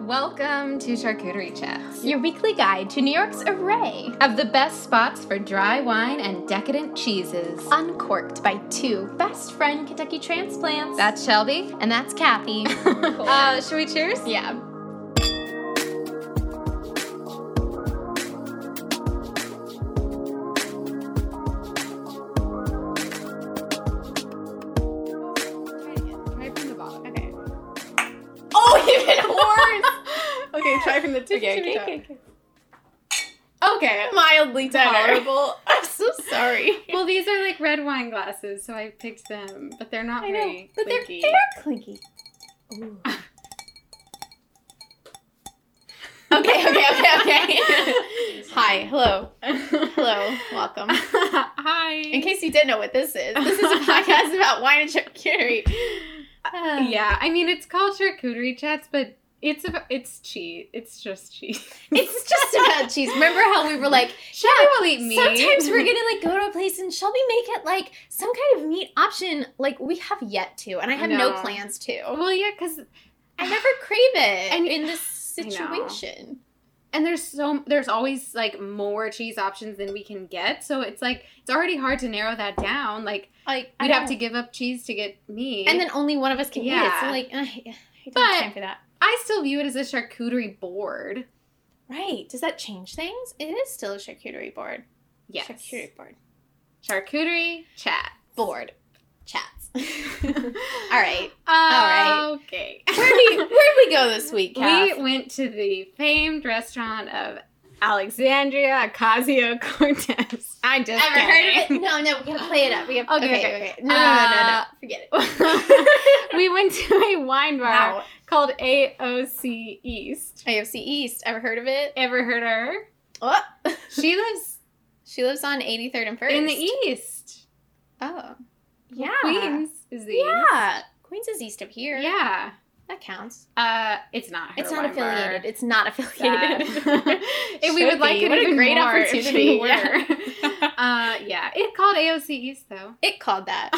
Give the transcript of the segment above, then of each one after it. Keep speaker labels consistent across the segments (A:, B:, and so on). A: Welcome to Charcuterie Chats,
B: your weekly guide to New York's array
A: of the best spots for dry wine and decadent cheeses.
B: uncorked by two best friend Kentucky transplants.
A: That's Shelby.
B: and that's Kathy.
A: Uh, should we cheers?
B: yeah.
A: Right from the bottom.
B: Okay. Oh, even worse.
A: Okay, try from the tip.
B: okay, okay, okay, okay.
A: okay.
B: Mildly
A: Better.
B: tolerable. I'm so sorry.
A: Well, these are like red wine glasses, so I picked them, but they're not very.
B: but they're
A: clinky.
B: they're clinky. okay, okay, okay, okay. Hi, hello, hello, welcome.
A: Hi.
B: In case you didn't know what this is, this is a podcast about wine and charcuterie. Uh,
A: yeah, I mean it's called charcuterie chats, but it's about, it's cheese. It's just cheese.
B: It's just about cheese. Remember how we were like,
A: Shelby will eat meat.
B: sometimes we're gonna like go to a place and Shelby make it like some kind of meat option. Like we have yet to, and I have no,
A: No.
B: plans to.
A: Well, yeah, because
B: I never crave it,
A: And-
B: and in this
A: I know.
B: situation,
A: and there's so there's always like more cheese options than we can get, so it's like it's already hard to narrow that down. Like
B: like I
A: we'd have
B: don't-
A: to give up cheese to get meat,
B: and then only one of us can eat it. So
A: Yeah.
B: like, I, I don't
A: But-
B: have time for that.
A: I still view it as a charcuterie board.
B: Right? Does that change things? It is still a charcuterie board.
A: Yes,
B: Charcuterie board.
A: charcuterie chat.
B: Board. Chats.
A: All
B: All right.
A: right. Okay.
B: Where we where we go this week? Kath?
A: We went to the famed restaurant of Alexandria Ocasio Cortez. I just
B: Ever heard of
A: kidding.
B: it? No, no. We gotta play it up. We gotta,
A: Okay, okay.
B: No, no, no, no,
A: Uh,
B: no. Forget it.
A: we went to a wine bar
B: wow.
A: called AOC East.
B: AFC East. Ever heard of it?
A: Ever heard of her?
B: Oh,
A: She lives
B: she lives on 83rd and First.
A: in the East.
B: Oh, yeah.
A: Well, Queens is the
B: Yeah. Queens is east of here.
A: East. Yeah.
B: that counts.
A: Uh, it's not her
B: It's not
A: wine bar.
B: affiliated. It's not affiliated.
A: Sad. and we would
B: Should
A: like
B: be.
A: it
B: What a
A: even
B: great
A: more if
B: opportunity.
A: we were. uh, yeah, it called AOC East though.
B: it called that.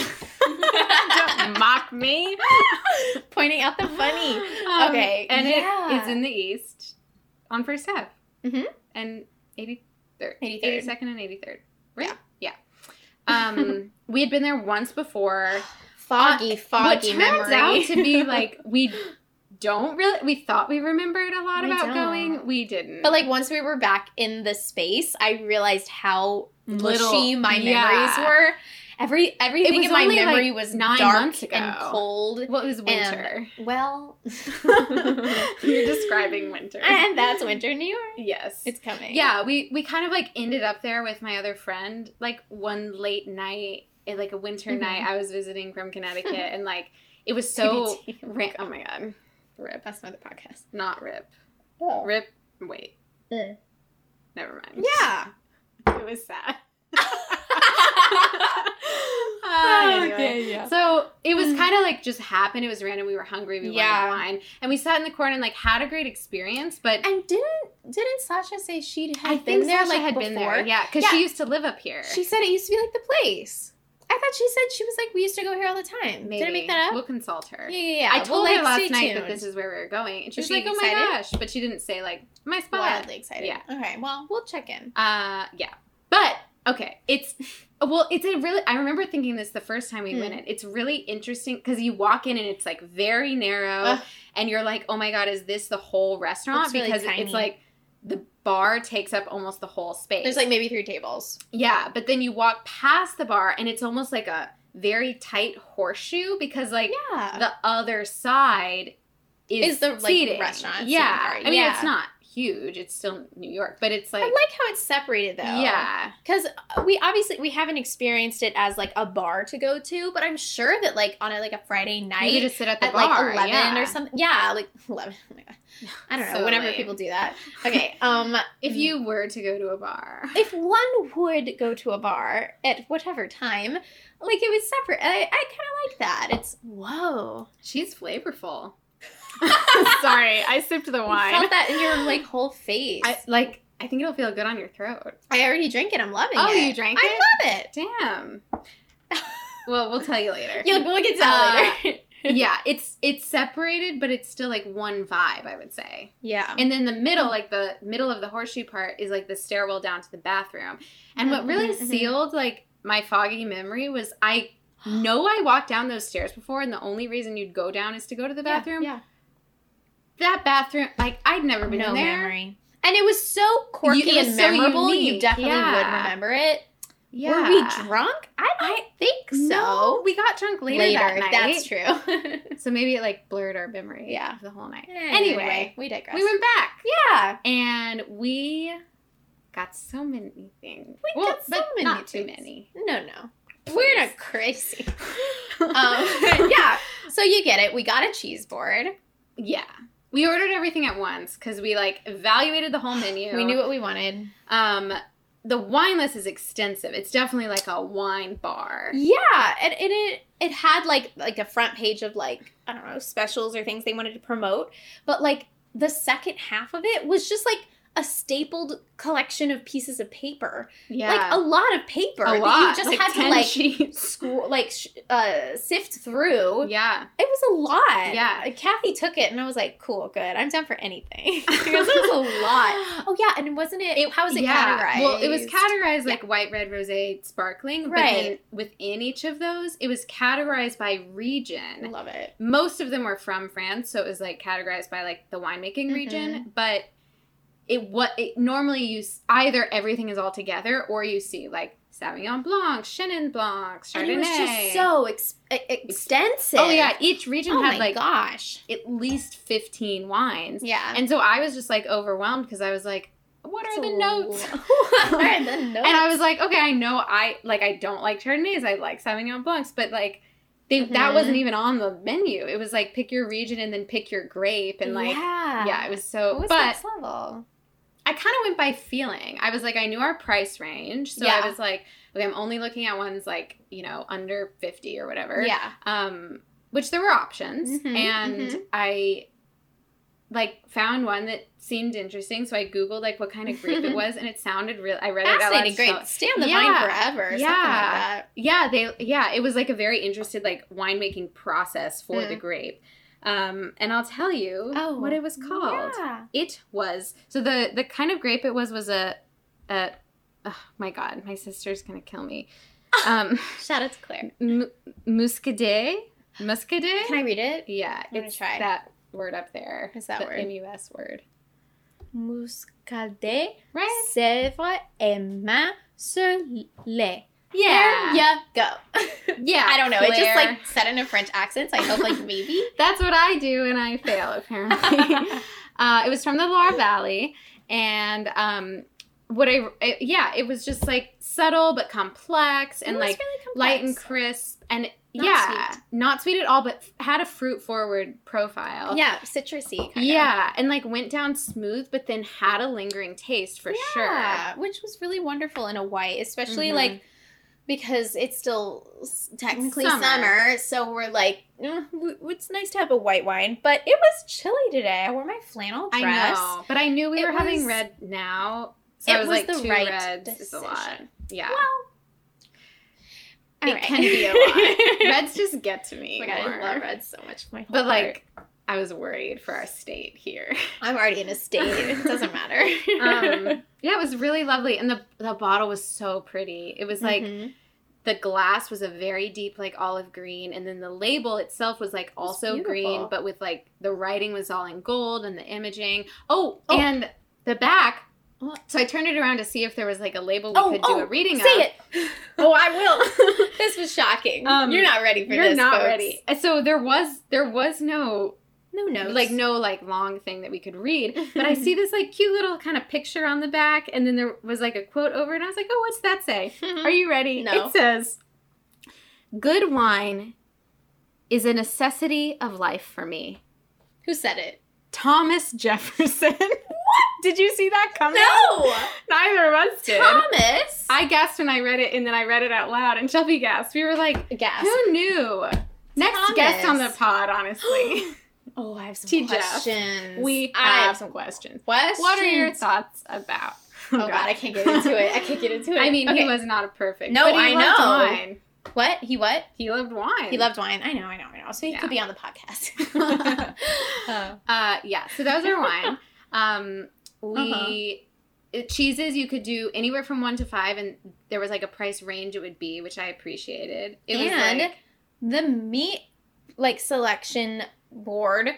A: Don't mock me.
B: Pointing out the funny.
A: Um,
B: Okay,
A: and
B: yeah.
A: it is in the east on First Ave.
B: Mhm.
A: And 83rd,
B: 83rd.
A: 82nd and 83rd. Right? Yeah. Um, we had been there once before.
B: Foggy,
A: Uh, What
B: foggy
A: turns
B: memory.
A: out to be like we don't really. We thought we remembered a lot
B: We
A: about
B: don't.
A: going. We didn't.
B: But like once we were back in the space, I realized how
A: Little-
B: mushy my memories
A: yeah.
B: were. Every everything
A: was
B: in my
A: only, like,
B: memory was
A: nine
B: dark
A: months ago.
B: and cold.
A: well, it was winter.
B: Well,
A: You're describing winter.
B: and that's winter New York.
A: Yes.
B: It's coming.
A: Yeah, we we kind of like ended up there with my other friend like one late night, eh, like a winter
B: Mhm.
A: night. I was visiting from Connecticut, and like it was so.
B: TBT.
A: Ra- oh my god, rip,
B: that's another podcast.
A: not rip, rip. Wait,
B: Eh.
A: never mind.
B: Yeah.
A: it was sad.
B: Oh,
A: Uh, anyway.
B: okay, yeah. Mm-hmm.
A: So it was kind of like just happened. It was random. We were hungry. We
B: Yeah.
A: wanted wine, and we sat in the corner and like had a great experience. But
B: And didn't didn't Sasha say she had
A: I
B: been
A: think
B: there
A: Sasha
B: like
A: had
B: before?
A: been there. Yeah, because
B: Yeah.
A: she used to live up here.
B: She said it used to be like the place. I thought she said she was like we used to go here all the time. Did I make that up?
A: We'll consult her.
B: yeah, yeah, yeah.
A: I told
B: well,
A: her
B: like,
A: last
B: stay
A: night that
B: tuned.
A: this is where we were going, and she
B: Was
A: was like,
B: she
A: "Oh my
B: excited?
A: gosh!" But she didn't say like my spot.
B: wildly excited.
A: Yeah.
B: Okay. Well, we'll check in.
A: Uh, yeah. But okay, it's well, it's a really. I remember thinking this the first time we
B: Hmm.
A: went in. It's really interesting because you walk in and it's like very narrow,
B: Ugh.
A: and you're like, "Oh my god, is this the whole restaurant?"
B: It's really
A: because
B: tiny.
A: it's like the bar takes up almost the whole space.
B: There's like maybe three tables.
A: yeah, but then you walk past the bar and it's almost like a very tight horseshoe because like
B: Yeah.
A: the other side is,
B: Is the, like,
A: seating.
B: restaurant seating
A: Yeah,
B: part.
A: I mean
B: Yeah.
A: it's not huge. It's still New York, but it's
B: I
A: like,
B: like how it's separated though.
A: yeah,
B: Because we obviously we haven't experienced it as like a bar to go to, but I'm sure that like on a, like a Friday
A: you could
B: night
A: just sit at the
B: at
A: bar,
B: like 11
A: yeah.
B: or something. Yeah, like 11. Oh my God. I don't know.
A: So
B: whenever
A: lame.
B: people do that. Okay. Um.
A: If you were to go to a bar,
B: if one would go to a bar at whatever time, like it was separate. I, I kind of like that. It's whoa.
A: she's flavorful. Sorry, I sipped the
B: You
A: wine.
B: felt that in your like whole face.
A: I,
B: I,
A: like I think it'll feel good on your throat.
B: already drink it. I'm loving
A: Oh,
B: it.
A: you drank
B: I
A: it?
B: love it.
A: Damn. well, we'll tell you later.
B: Yeah, we'll get to
A: Uh,
B: that later.
A: yeah, it's it's separated, but it's still like one vibe, I would say.
B: Yeah.
A: And then the middle, like the middle of the horseshoe part, is like the stairwell down to the bathroom. And what really
B: Mhm, mhm.
A: sealed like my foggy memory was I know I walked down those stairs before, and the only reason you'd go down is to go to the
B: Yeah,
A: bathroom.
B: Yeah.
A: That bathroom, like I'd never been
B: No
A: in there.
B: memory. And it was so quirky
A: You- it was
B: and
A: so
B: memorable. you
A: unique,
B: definitely would
A: yeah.
B: remember it.
A: Yeah.
B: Were we drunk? I don't think so.
A: No, we got drunk later, that night.
B: That's true.
A: So maybe it like blurred our memory
B: Yeah.
A: of the whole night.
B: anyway,
A: Anyway,
B: we digress.
A: we went back.
B: yeah.
A: And we got so many things.
B: We got so
A: but
B: many
A: Not too
B: things.
A: many.
B: No, no. We're not crazy. Um,
A: um, yeah.
B: yeah. So you get it. We got a cheese board.
A: Yeah. We ordered everything at once because we like evaluated the whole menu.
B: We knew what we wanted.
A: Um, the wine list is extensive. It's definitely like a wine bar.
B: Yeah, and, and it it had like like a front page of like I don't know specials or things they wanted to promote, but like the second half of it was just like a stapled collection of pieces of paper, like a
A: Yeah.
B: lot of paper
A: a,
B: that
A: lot.
B: you just
A: like
B: had
A: 10
B: to like
A: sheets.
B: scroll, like sh- uh, sift through.
A: Yeah.
B: It was a lot.
A: Yeah.
B: Kathy took it, and I was like, "Cool, good. I'm down for anything." because it was a lot. Oh yeah, and wasn't it? how was it categorized?
A: Well, it was categorized like white, red, rosé, sparkling. But then
B: Right.
A: within each of those, it was categorized by region.
B: Love it.
A: Most of them were from France, so it was like categorized by like the winemaking
B: Mm-hmm.
A: region. But it what it normally you s- either everything is all together or you see like Sauvignon Blanc, Chenin Blanc, Chardonnay.
B: And it was just so ex- e- extensive.
A: Oh yeah, each region
B: Oh
A: had
B: my
A: like
B: gosh.
A: at least fifteen wines.
B: Yeah.
A: And so I was just like overwhelmed because I was like, what are
B: It's
A: the
B: a
A: notes?
B: lot. what are the notes?
A: And I was like, okay, I know I like I don't like Chardonnays, I like Sauvignon Blancs, but like they
B: Mhm.
A: that wasn't even on the menu. It was like pick your region and then pick your grape and like yeah,
B: yeah,
A: it was so
B: What was
A: but
B: next level?
A: I kind of went by feeling. I was like I knew our price range, so
B: Yeah.
A: I was like okay, I'm only looking at ones like, you know, under 50 or whatever.
B: Yeah.
A: Um which there were options
B: Mhm,
A: and
B: mhm.
A: I like found one that seemed interesting, so I googled like what kind of grape it was and it sounded real I read it out loud.
B: Fascinating.
A: It felt-
B: Great. Stay on the
A: Yeah.
B: vine forever. Yeah. Something like
A: Yeah.
B: that.
A: yeah, they yeah, it was like a very interested like winemaking process for
B: Mm.
A: the grape. Um, and I'll tell you
B: Oh,
A: what it was called.
B: Yeah.
A: It was so the the kind of grape it was was a a oh my god, my sister's gonna kill me. Um,
B: Shout out to Claire.
A: mu- muscadet, muscadet.
B: Can I read it?
A: yeah,
B: gonna
A: it's
B: try.
A: that word up there.
B: Is that
A: the
B: word?
A: M-U-S word?
B: Muscadet,
A: Right.
B: sèvres et mains sur les.
A: Yeah.
B: There ya go.
A: Yeah.
B: I don't know. It just
A: Claire.
B: like said in a French accent. So I hope like maybe.
A: That's what I do, and I fail apparently. uh, it was from the Loire Valley, and um, what I, I- yeah, it was just like subtle but complex and
B: It was
A: like
B: really
A: light and
B: complex.
A: crisp, and
B: Not
A: yeah, not sweet at all, but f- had a fruit forward profile.
B: Yeah, citrusy. Kind
A: yeah, and like went down smooth, but then had a lingering taste for
B: of.
A: sure.
B: Yeah, which was really wonderful in a white, especially
A: Mhm.
B: like because it's still s- technically summer.
A: Summer.
B: so we're like, "Mm, w- it's nice to have a white wine, but it was chilly today. I wore my flannel
A: I
B: dress.
A: know, but I knew we
B: It
A: were having
B: was-
A: red now, so
B: it
A: I was,
B: was
A: like
B: the
A: two
B: right
A: reds is a lot.
B: decision.
A: Yeah,
B: Well,
A: it
B: all right.
A: can be a lot. Reds just get to me.
B: Oh my god, I
A: more.
B: love reds so much. My whole
A: But
B: heart.
A: like, I was worried for our state here.
B: I'm already in a state. It doesn't matter.
A: Um, yeah, it was really lovely, and the the bottle was so pretty. It was like
B: Mhm.
A: the glass was a very deep like olive green, and then the label itself was like
B: was
A: also
B: beautiful.
A: green, but with like the writing was all in gold and the imaging. Oh,
B: Oh.
A: and the back.
B: What?
A: So I turned it around to see if there was like a label we
B: Oh,
A: could
B: oh,
A: do a reading of.
B: say it.
A: Oh, I will.
B: this was shocking.
A: Um,
B: you're not ready for
A: You're
B: this.
A: not
B: folks.
A: ready. So there was there was no
B: No notes.
A: like no like long thing that we could read but i see this like cute little kind of picture on the back and then there was like a quote over and i was like oh what's that say are you ready
B: Mm-hmm. No.
A: it says good wine is a necessity of life for me
B: Who said it?
A: thomas jefferson did you see that coming
B: No,
A: neither of us did
B: Thomas.
A: i guessed when i read it and then i read it out loud and shelby gasped we were like
B: guess.
A: who knew next
B: Thomas.
A: guest on the pod honestly
B: Oh, I have some
A: TJ.
B: questions.
A: we
B: I
A: have some questions
B: questions.
A: What are your thoughts about?
B: Oh God, I can't get into it. I can't get into it.
A: I mean,
B: Okay.
A: he was not a perfect.
B: No,
A: but he
B: I
A: loved
B: know.
A: wine.
B: What? He what?
A: He loved wine.
B: He loved wine. I know, I know, I know. So he
A: Yeah.
B: could be on the podcast. Uh,
A: Uh, yeah. So that was our wine. Um, we
B: Uh-huh.
A: it- cheeses you could do anywhere from one to five, and there was like a price range it would be, which I appreciated. It
B: And
A: was like,
B: the meat like selection board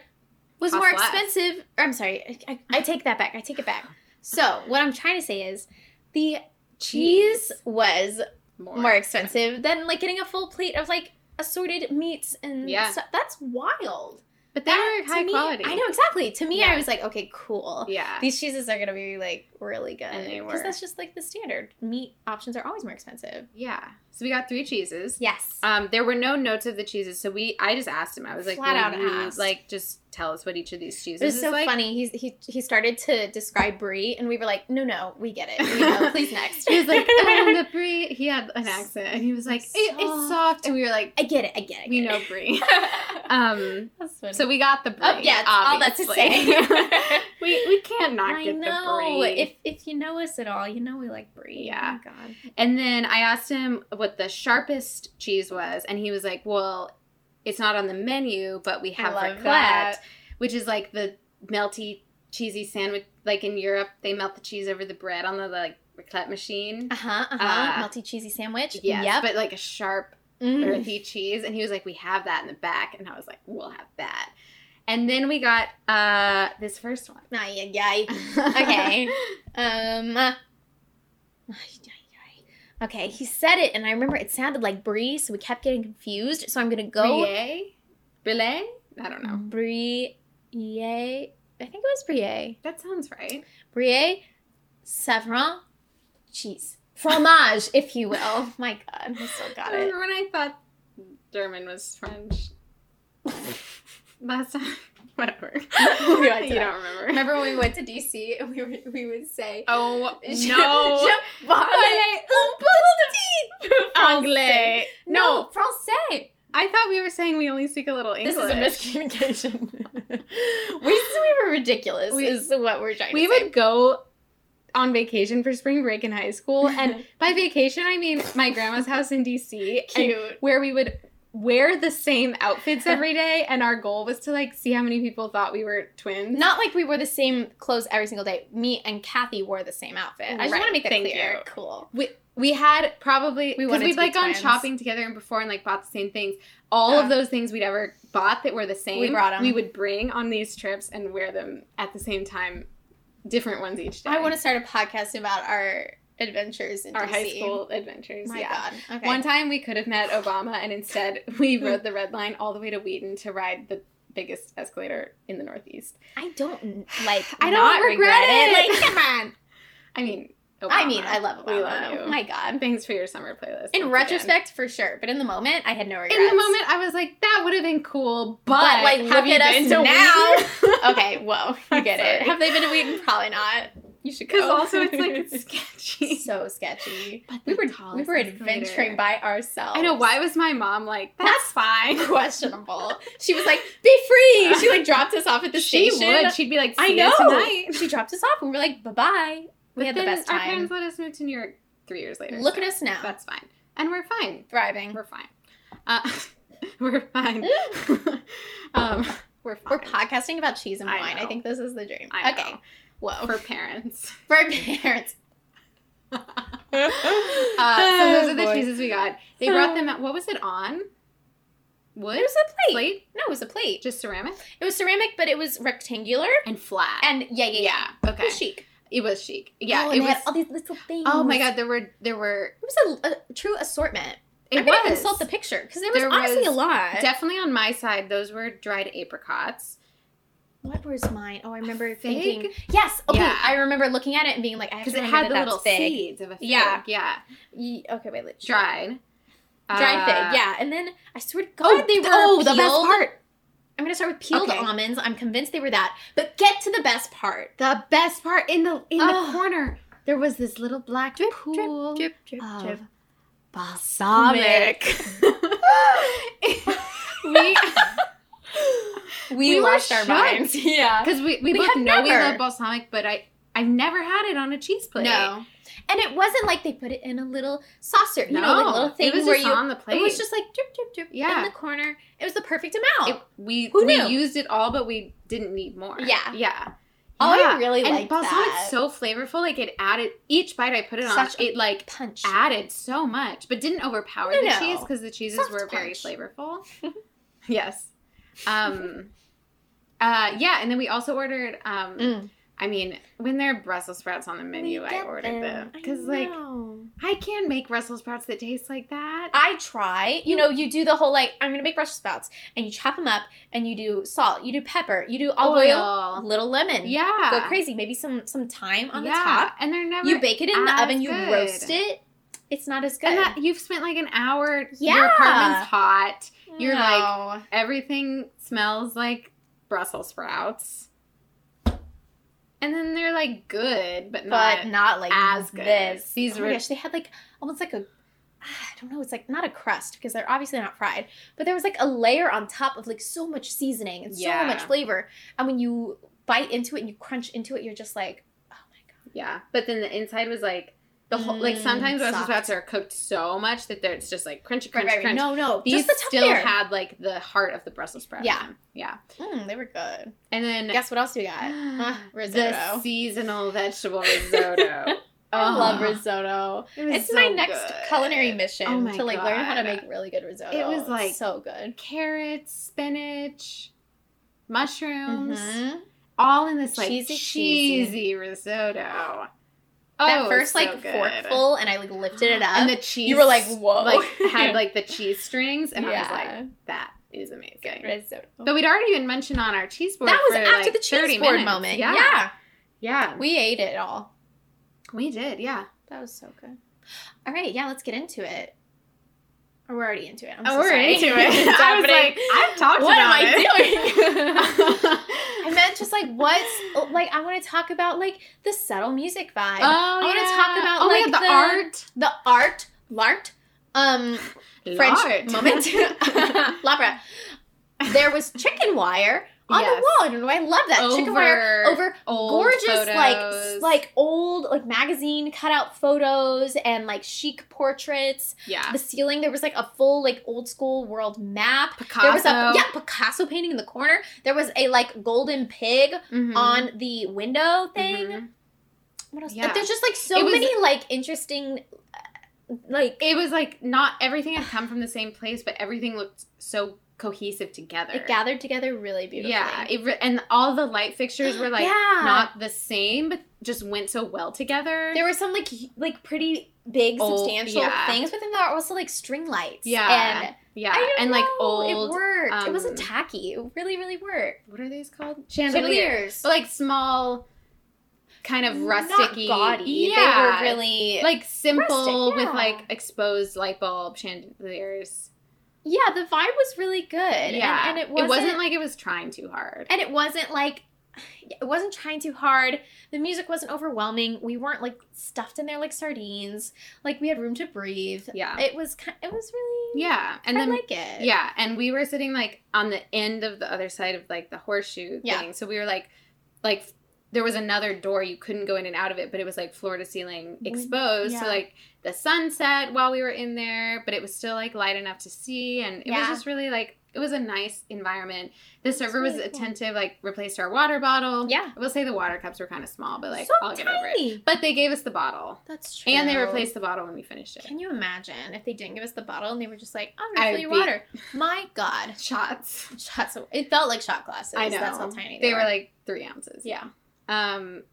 B: was
A: Cost
B: more
A: less.
B: expensive. Or, I'm sorry, I, I take that back. I take it back. So what I'm trying to say is the cheese was
A: more.
B: more expensive than like getting a full plate of like assorted meats and
A: Yeah.
B: stuff. That's wild.
A: but they
B: That,
A: were
B: to
A: high
B: me-
A: quality.
B: I know exactly. To me,
A: Yeah.
B: I was like, okay, cool.
A: Yeah.
B: These cheeses are gonna be like really good,
A: And they were.
B: because that's just like the standard. Meat options are always more expensive.
A: Yeah. So we got three cheeses.
B: Yes.
A: Um, there were no notes of the cheeses, so we I just asked him. I was like,
B: Flat out
A: "Will you,
B: asked.
A: like, just tell us what each of these cheeses
B: It was
A: is
B: so
A: like.
B: funny. He's, he he started to describe brie, and we were like, "No, no, we get it. We know. Please next."
A: He was like, um, the brie. He had an accent, and he was like, it, it's
B: Soft.
A: soft, and we were like,
B: "I get it. I get it. I
A: we
B: get
A: know
B: it."
A: brie. Um,
B: That's funny.
A: so uh, we got the brie.
B: Oh, yeah, it's all that to
A: obviously.
B: say.
A: we we can't not
B: I
A: get
B: know.
A: the brie.
B: If if you know us at all, you know we like brie.
A: Yeah.
B: Oh, my God.
A: and then I asked him what the sharpest cheese was, and he was like, well, it's not on the menu, but we have
B: love
A: raclette,
B: that.
A: which is like the melty cheesy sandwich. Like in Europe, they melt the cheese over the bread on the like raclette machine.
B: Uh huh. Uh huh.
A: Uh,
B: Melty cheesy sandwich.
A: Yes,
B: Yep.
A: but like a sharp
B: Mm.
A: earthy cheese and he was like we have that in the back and i was like we'll have that and then we got uh this first one
B: Ay, ay, ay. Okay. um. uh, ay, ay, ay. Okay. He said it, and I remember it sounded like brie, so we kept getting confused. So I'm gonna go.
A: brie brie i don't know
B: Brie, I think it was Brie.
A: that sounds right
B: Brie, Saffron, cheese. Fromage, if you will. My God, I still got it.
A: remember when i thought german was french last time whatever
B: We'll go back to
A: you
B: that.
A: don't remember
B: Remember when we went to DC and we would, we would say,
A: oh
B: Je-
A: no
B: je parle un peu de-
A: anglais
B: No,
A: no
B: Francais.
A: i thought we were saying we only speak a little english
B: This is a miscommunication. we, we were ridiculous,
A: We-
B: is what we're trying
A: we
B: to say.
A: would go on vacation for spring break in high school and by vacation i mean my grandma's house in dc and
B: Cute.
A: where we would wear the same outfits every day and our goal was to like see how many people thought we were twins
B: Not like we wore the same clothes every single day. Me and Kathy wore the same outfit. I just
A: Right,
B: want to make that
A: thank
B: clear.
A: you.
B: Cool.
A: we, we had probably
B: We
A: because
B: wanted
A: we had
B: to be
A: like gone
B: twins.
A: shopping together and before and like bought the same things all
B: Yeah.
A: of those things we'd ever bought that were the same
B: We brought 'em.
A: we would bring on these trips and wear them at the same time different ones each day
B: I want to start a podcast about our adventures in
A: our
B: DC.
A: high school adventures
B: My
A: yeah
B: God. Okay. Hmm.
A: One time we could have met Obama, and instead we rode the red line all the way to Wheaton to ride the biggest escalator in the Northeast.
B: I don't like.
A: I don't
B: not
A: regret it.
B: Like, come on.
A: I mean, Obama.
B: I mean, I love Obama.
A: We love you.
B: My God.
A: Thanks for your summer playlist.
B: In
A: once again.
B: retrospect, for sure, but in the moment, I had no regrets.
A: in the moment, I was like, that would have been cool, but,
B: But, like,
A: have
B: look
A: you
B: at us
A: been to
B: now.
A: Wheaton?
B: okay. Whoa, you
A: I'm
B: get it.
A: sorry.
B: Have they been to Wheaton? Probably not. You should go.
A: Because also it's like it's sketchy.
B: Oh. so sketchy.
A: But
B: We
A: the
B: were we
A: tallest
B: were
A: escalator.
B: adventuring by ourselves.
A: I know. Why was my mom like? That's,
B: That's
A: fine.
B: questionable. She was like, "Be free." She like dropped us off at the
A: she
B: station.
A: would. She'd be like,
B: I
A: "See you
B: know.
A: tonight.
B: She dropped us off, and we were like, "Bye bye." We
A: But
B: had the
A: then
B: best
A: Our parents
B: time.
A: let us move to New York three years later.
B: Look
A: so
B: at us now,
A: That's fine, and we're fine.
B: thriving.
A: We're fine. Uh, we're fine. um, we're fine.
B: We're podcasting about cheese and
A: I
B: wine. I,
A: know.
B: think this is the dream.
A: I know.
B: okay. Whoa.
A: for parents.
B: For parents. uh,
A: Uh, so those are
B: Oh,
A: the cheeses we got. They brought them out. What was it on?
B: It
A: Wood
B: was a plate.
A: plate,
B: No, it was a plate.
A: just ceramic
B: It was ceramic, but it was rectangular.
A: and flat.
B: And yeah, yeah, yeah. It
A: Okay.
B: was chic.
A: It was chic. Yeah.
B: Oh,
A: it
B: and they
A: was.
B: had all these little things.
A: Oh my god. There were. There were.
B: It was a, a true assortment.
A: It
B: I
A: was.
B: gotta consult the picture because there was
A: There
B: honestly
A: was
B: a lot.
A: Definitely on my side, those were dried apricots.
B: what was mine? Oh, I remember
A: fig?
B: thinking. Yes. Okay.
A: Yeah.
B: I remember looking at it and being like, I have
A: Because
B: to
A: it
B: remember
A: had the
B: that
A: little
B: that's fig.
A: seeds of a fig.
B: Yeah.
A: Yeah.
B: Ye- okay, wait. Let's
A: Dried.
B: dried
A: Uh,
B: fig. Yeah, and then I swear to God,
A: Oh,
B: they were
A: oh, the best
B: peeled.
A: part.
B: I'm gonna start with peeled
A: Okay.
B: almonds. I'm convinced they were that. But get to the best part.
A: The best part in the in
B: Ugh.
A: the corner, there was this little black pool
B: drip,
A: of
B: drip.
A: balsamic. we,
B: We,
A: We were
B: lost our
A: shocked.
B: minds. Yeah.
A: because we, we,
B: We
A: both
B: had
A: know we
B: never.
A: love balsamic, but I I've never had it on a cheese plate.
B: No. And it wasn't like they put it in a little saucer, you know, like a little thing
A: it was
B: where
A: just
B: you.
A: on the plate.
B: It was just like drip, drip, drip
A: Yeah.
B: in the corner. It was the perfect
A: It-
B: amount.
A: we
B: Who
A: we
B: knew?
A: used it all, but we didn't need more.
B: Yeah.
A: yeah.
B: oh,
A: yeah.
B: I really
A: and
B: liked
A: balsamic
B: that.
A: so flavorful. Like it added each bite I put it
B: Such
A: on,
B: a
A: it like
B: punch.
A: added so much, but didn't overpower
B: No,
A: the
B: no.
A: cheese because the cheeses
B: Soft
A: were very
B: punch.
A: flavorful. yes. Um. Uh. Yeah, and then we also ordered. Um.
B: Mm.
A: I mean, when there are Brussels sprouts on the menu,
B: We
A: I
B: get
A: ordered them
B: I
A: because like
B: know.
A: I can make Brussels sprouts that taste like that.
B: I try. You know, you do the whole like I'm gonna make Brussels sprouts, and you chop them up, and you do salt, you do pepper, you do olive Uh, oil, little lemon.
A: Yeah.
B: go crazy. Maybe some some thyme on
A: yeah.
B: the top.
A: and they're never
B: You bake it in the
A: as
B: oven. You
A: good.
B: roast it. It's not as good.
A: And that you've spent like an hour. Your
B: Yeah.
A: apartment's hot. you're like-
B: No.
A: Everything smells like Brussels sprouts. And then they're like good, but not.
B: but not like
A: as good.
B: this.
A: These
B: oh my
A: were-
B: gosh, they had like almost like a I don't know, it's like not a crust because they're obviously not fried, but there was like a layer on top of like so much seasoning and
A: Yeah.
B: so much flavor. And when you bite into it and you crunch into it, you're just like, oh my god.
A: yeah, but then the inside was like the whole. like
B: Mm,
A: sometimes Brussels
B: soft.
A: sprouts are cooked so much that they're, it's just like crunchy, crunch, crunch.
B: No, no,
A: These
B: just the top
A: still
B: layer.
A: had like the heart of the Brussels sprout. in
B: Yeah.
A: them. yeah.
B: Mm, they were good.
A: And then
B: Guess what else we got? Huh,
A: the
B: risotto.
A: seasonal vegetable risotto.
B: I love
A: Oh.
B: risotto.
A: It was
B: It's my
A: so
B: next
A: good.
B: culinary mission
A: Oh my
B: to like learn how to
A: God.
B: make really good risotto.
A: was,
B: It's
A: like,
B: so good.
A: Carrots, spinach, mushrooms,
B: Mhm.
A: all in this like
B: Cheesy,
A: cheesy,
B: cheesy.
A: risotto.
B: that
A: Oh,
B: first
A: so
B: like
A: good.
B: forkful and I like lifted it up.
A: and the cheese.
B: were like, whoa.
A: Like had like the cheese strings, and I was
B: Yeah.
A: like, that is amazing.
B: risotto.
A: But we'd already been mentioned on our cheese board.
B: that was
A: for,
B: after
A: like,
B: the cheese
A: 30
B: board
A: minutes.
B: moment.
A: Yeah.
B: Yeah.
A: yeah,
B: we ate it all.
A: we did. Yeah.
B: That was so good. All right, yeah, let's get into it. Or we're already into it. I'm
A: Oh,
B: so
A: we're
B: sorry.
A: into it.
B: It's
A: I was like,
B: happening.
A: I've talked
B: what am
A: about
B: I doing? I
A: it.
B: meant just like what's oh, like I want to talk about like the subtle music vibe,
A: I
B: wanna talk about,
A: oh,
B: like,
A: yeah, the,
B: the-
A: art
B: the art, l'art, um, French
A: Lard.
B: moment. Labra. There was chicken wire on
A: Yes.
B: the wall. I don't know. why I love that chicken wire
A: Over
B: over
A: Old
B: gorgeous like s-
A: photos.
B: like old like magazine cutout photos and like chic portraits.
A: yeah
B: The ceiling there was like a full like old school world map.
A: Picasso
B: There was a yeah Picasso painting in the corner. There was a like golden pig
A: Mhm.
B: on the window thing.
A: Mhm.
B: What else?
A: Yeah.
B: Like, there's just like so
A: It was-
B: many like interesting uh, like
A: It was like not everything had come from the same place, but everything looked so cohesive together.
B: it gathered together really beautifully.
A: Yeah, it re- and all the light fixtures were like
B: Yeah.
A: not the same, but just went so well together.
B: There were some like hu- like pretty big
A: Old-
B: substantial
A: Oh, yeah.
B: things, but then there were also like string lights.
A: Yeah.
B: and
A: yeah,
B: I don't
A: and like
B: know,
A: old.
B: It worked. it wasn't
A: um,
B: tacky. It really, really worked.
A: What are these called?
B: Chandeliers,
A: But like small, kind of
B: Not
A: rustic.
B: gaudy.
A: Yeah,
B: they were really
A: like simple
B: Rustic, yeah.
A: with like exposed light bulb chandeliers.
B: yeah. The vibe was really good. and-
A: yeah,
B: and, it wasn't,
A: like it was trying too hard.
B: and it wasn't like it wasn't trying too hard. The music wasn't overwhelming. We weren't like stuffed in there like sardines. Like we had room to breathe.
A: Yeah,
B: It was kind. It was really
A: yeah, and
B: And I
A: then
B: like it.
A: yeah, and we were sitting like on the end of the other side of like the horseshoe
B: Yeah.
A: thing. So we were like, like there was another door you couldn't go in and out of it, but it was like floor to ceiling
B: Win-
A: exposed.
B: yeah.
A: So like the sunset while we were in there, but it was still like light enough to see, and it
B: Yeah.
A: was just really like it was a nice environment. The server was
B: really cool.
A: attentive, like replaced our water bottle.
B: Yeah.
A: I will say the water cups were kind of small, but like
B: so
A: I'll
B: tiny.
A: get over it. But they gave us the bottle.
B: That's true.
A: And they replaced the bottle when we finished it.
B: Can you imagine if they didn't give us the bottle and they were just like, "I'm gonna
A: I
B: fill your
A: would be-
B: water." My God,
A: Shots.
B: shots! It felt like shot glasses.
A: I know.
B: That's how tiny
A: They were like three ounces.
B: Yeah.
A: Um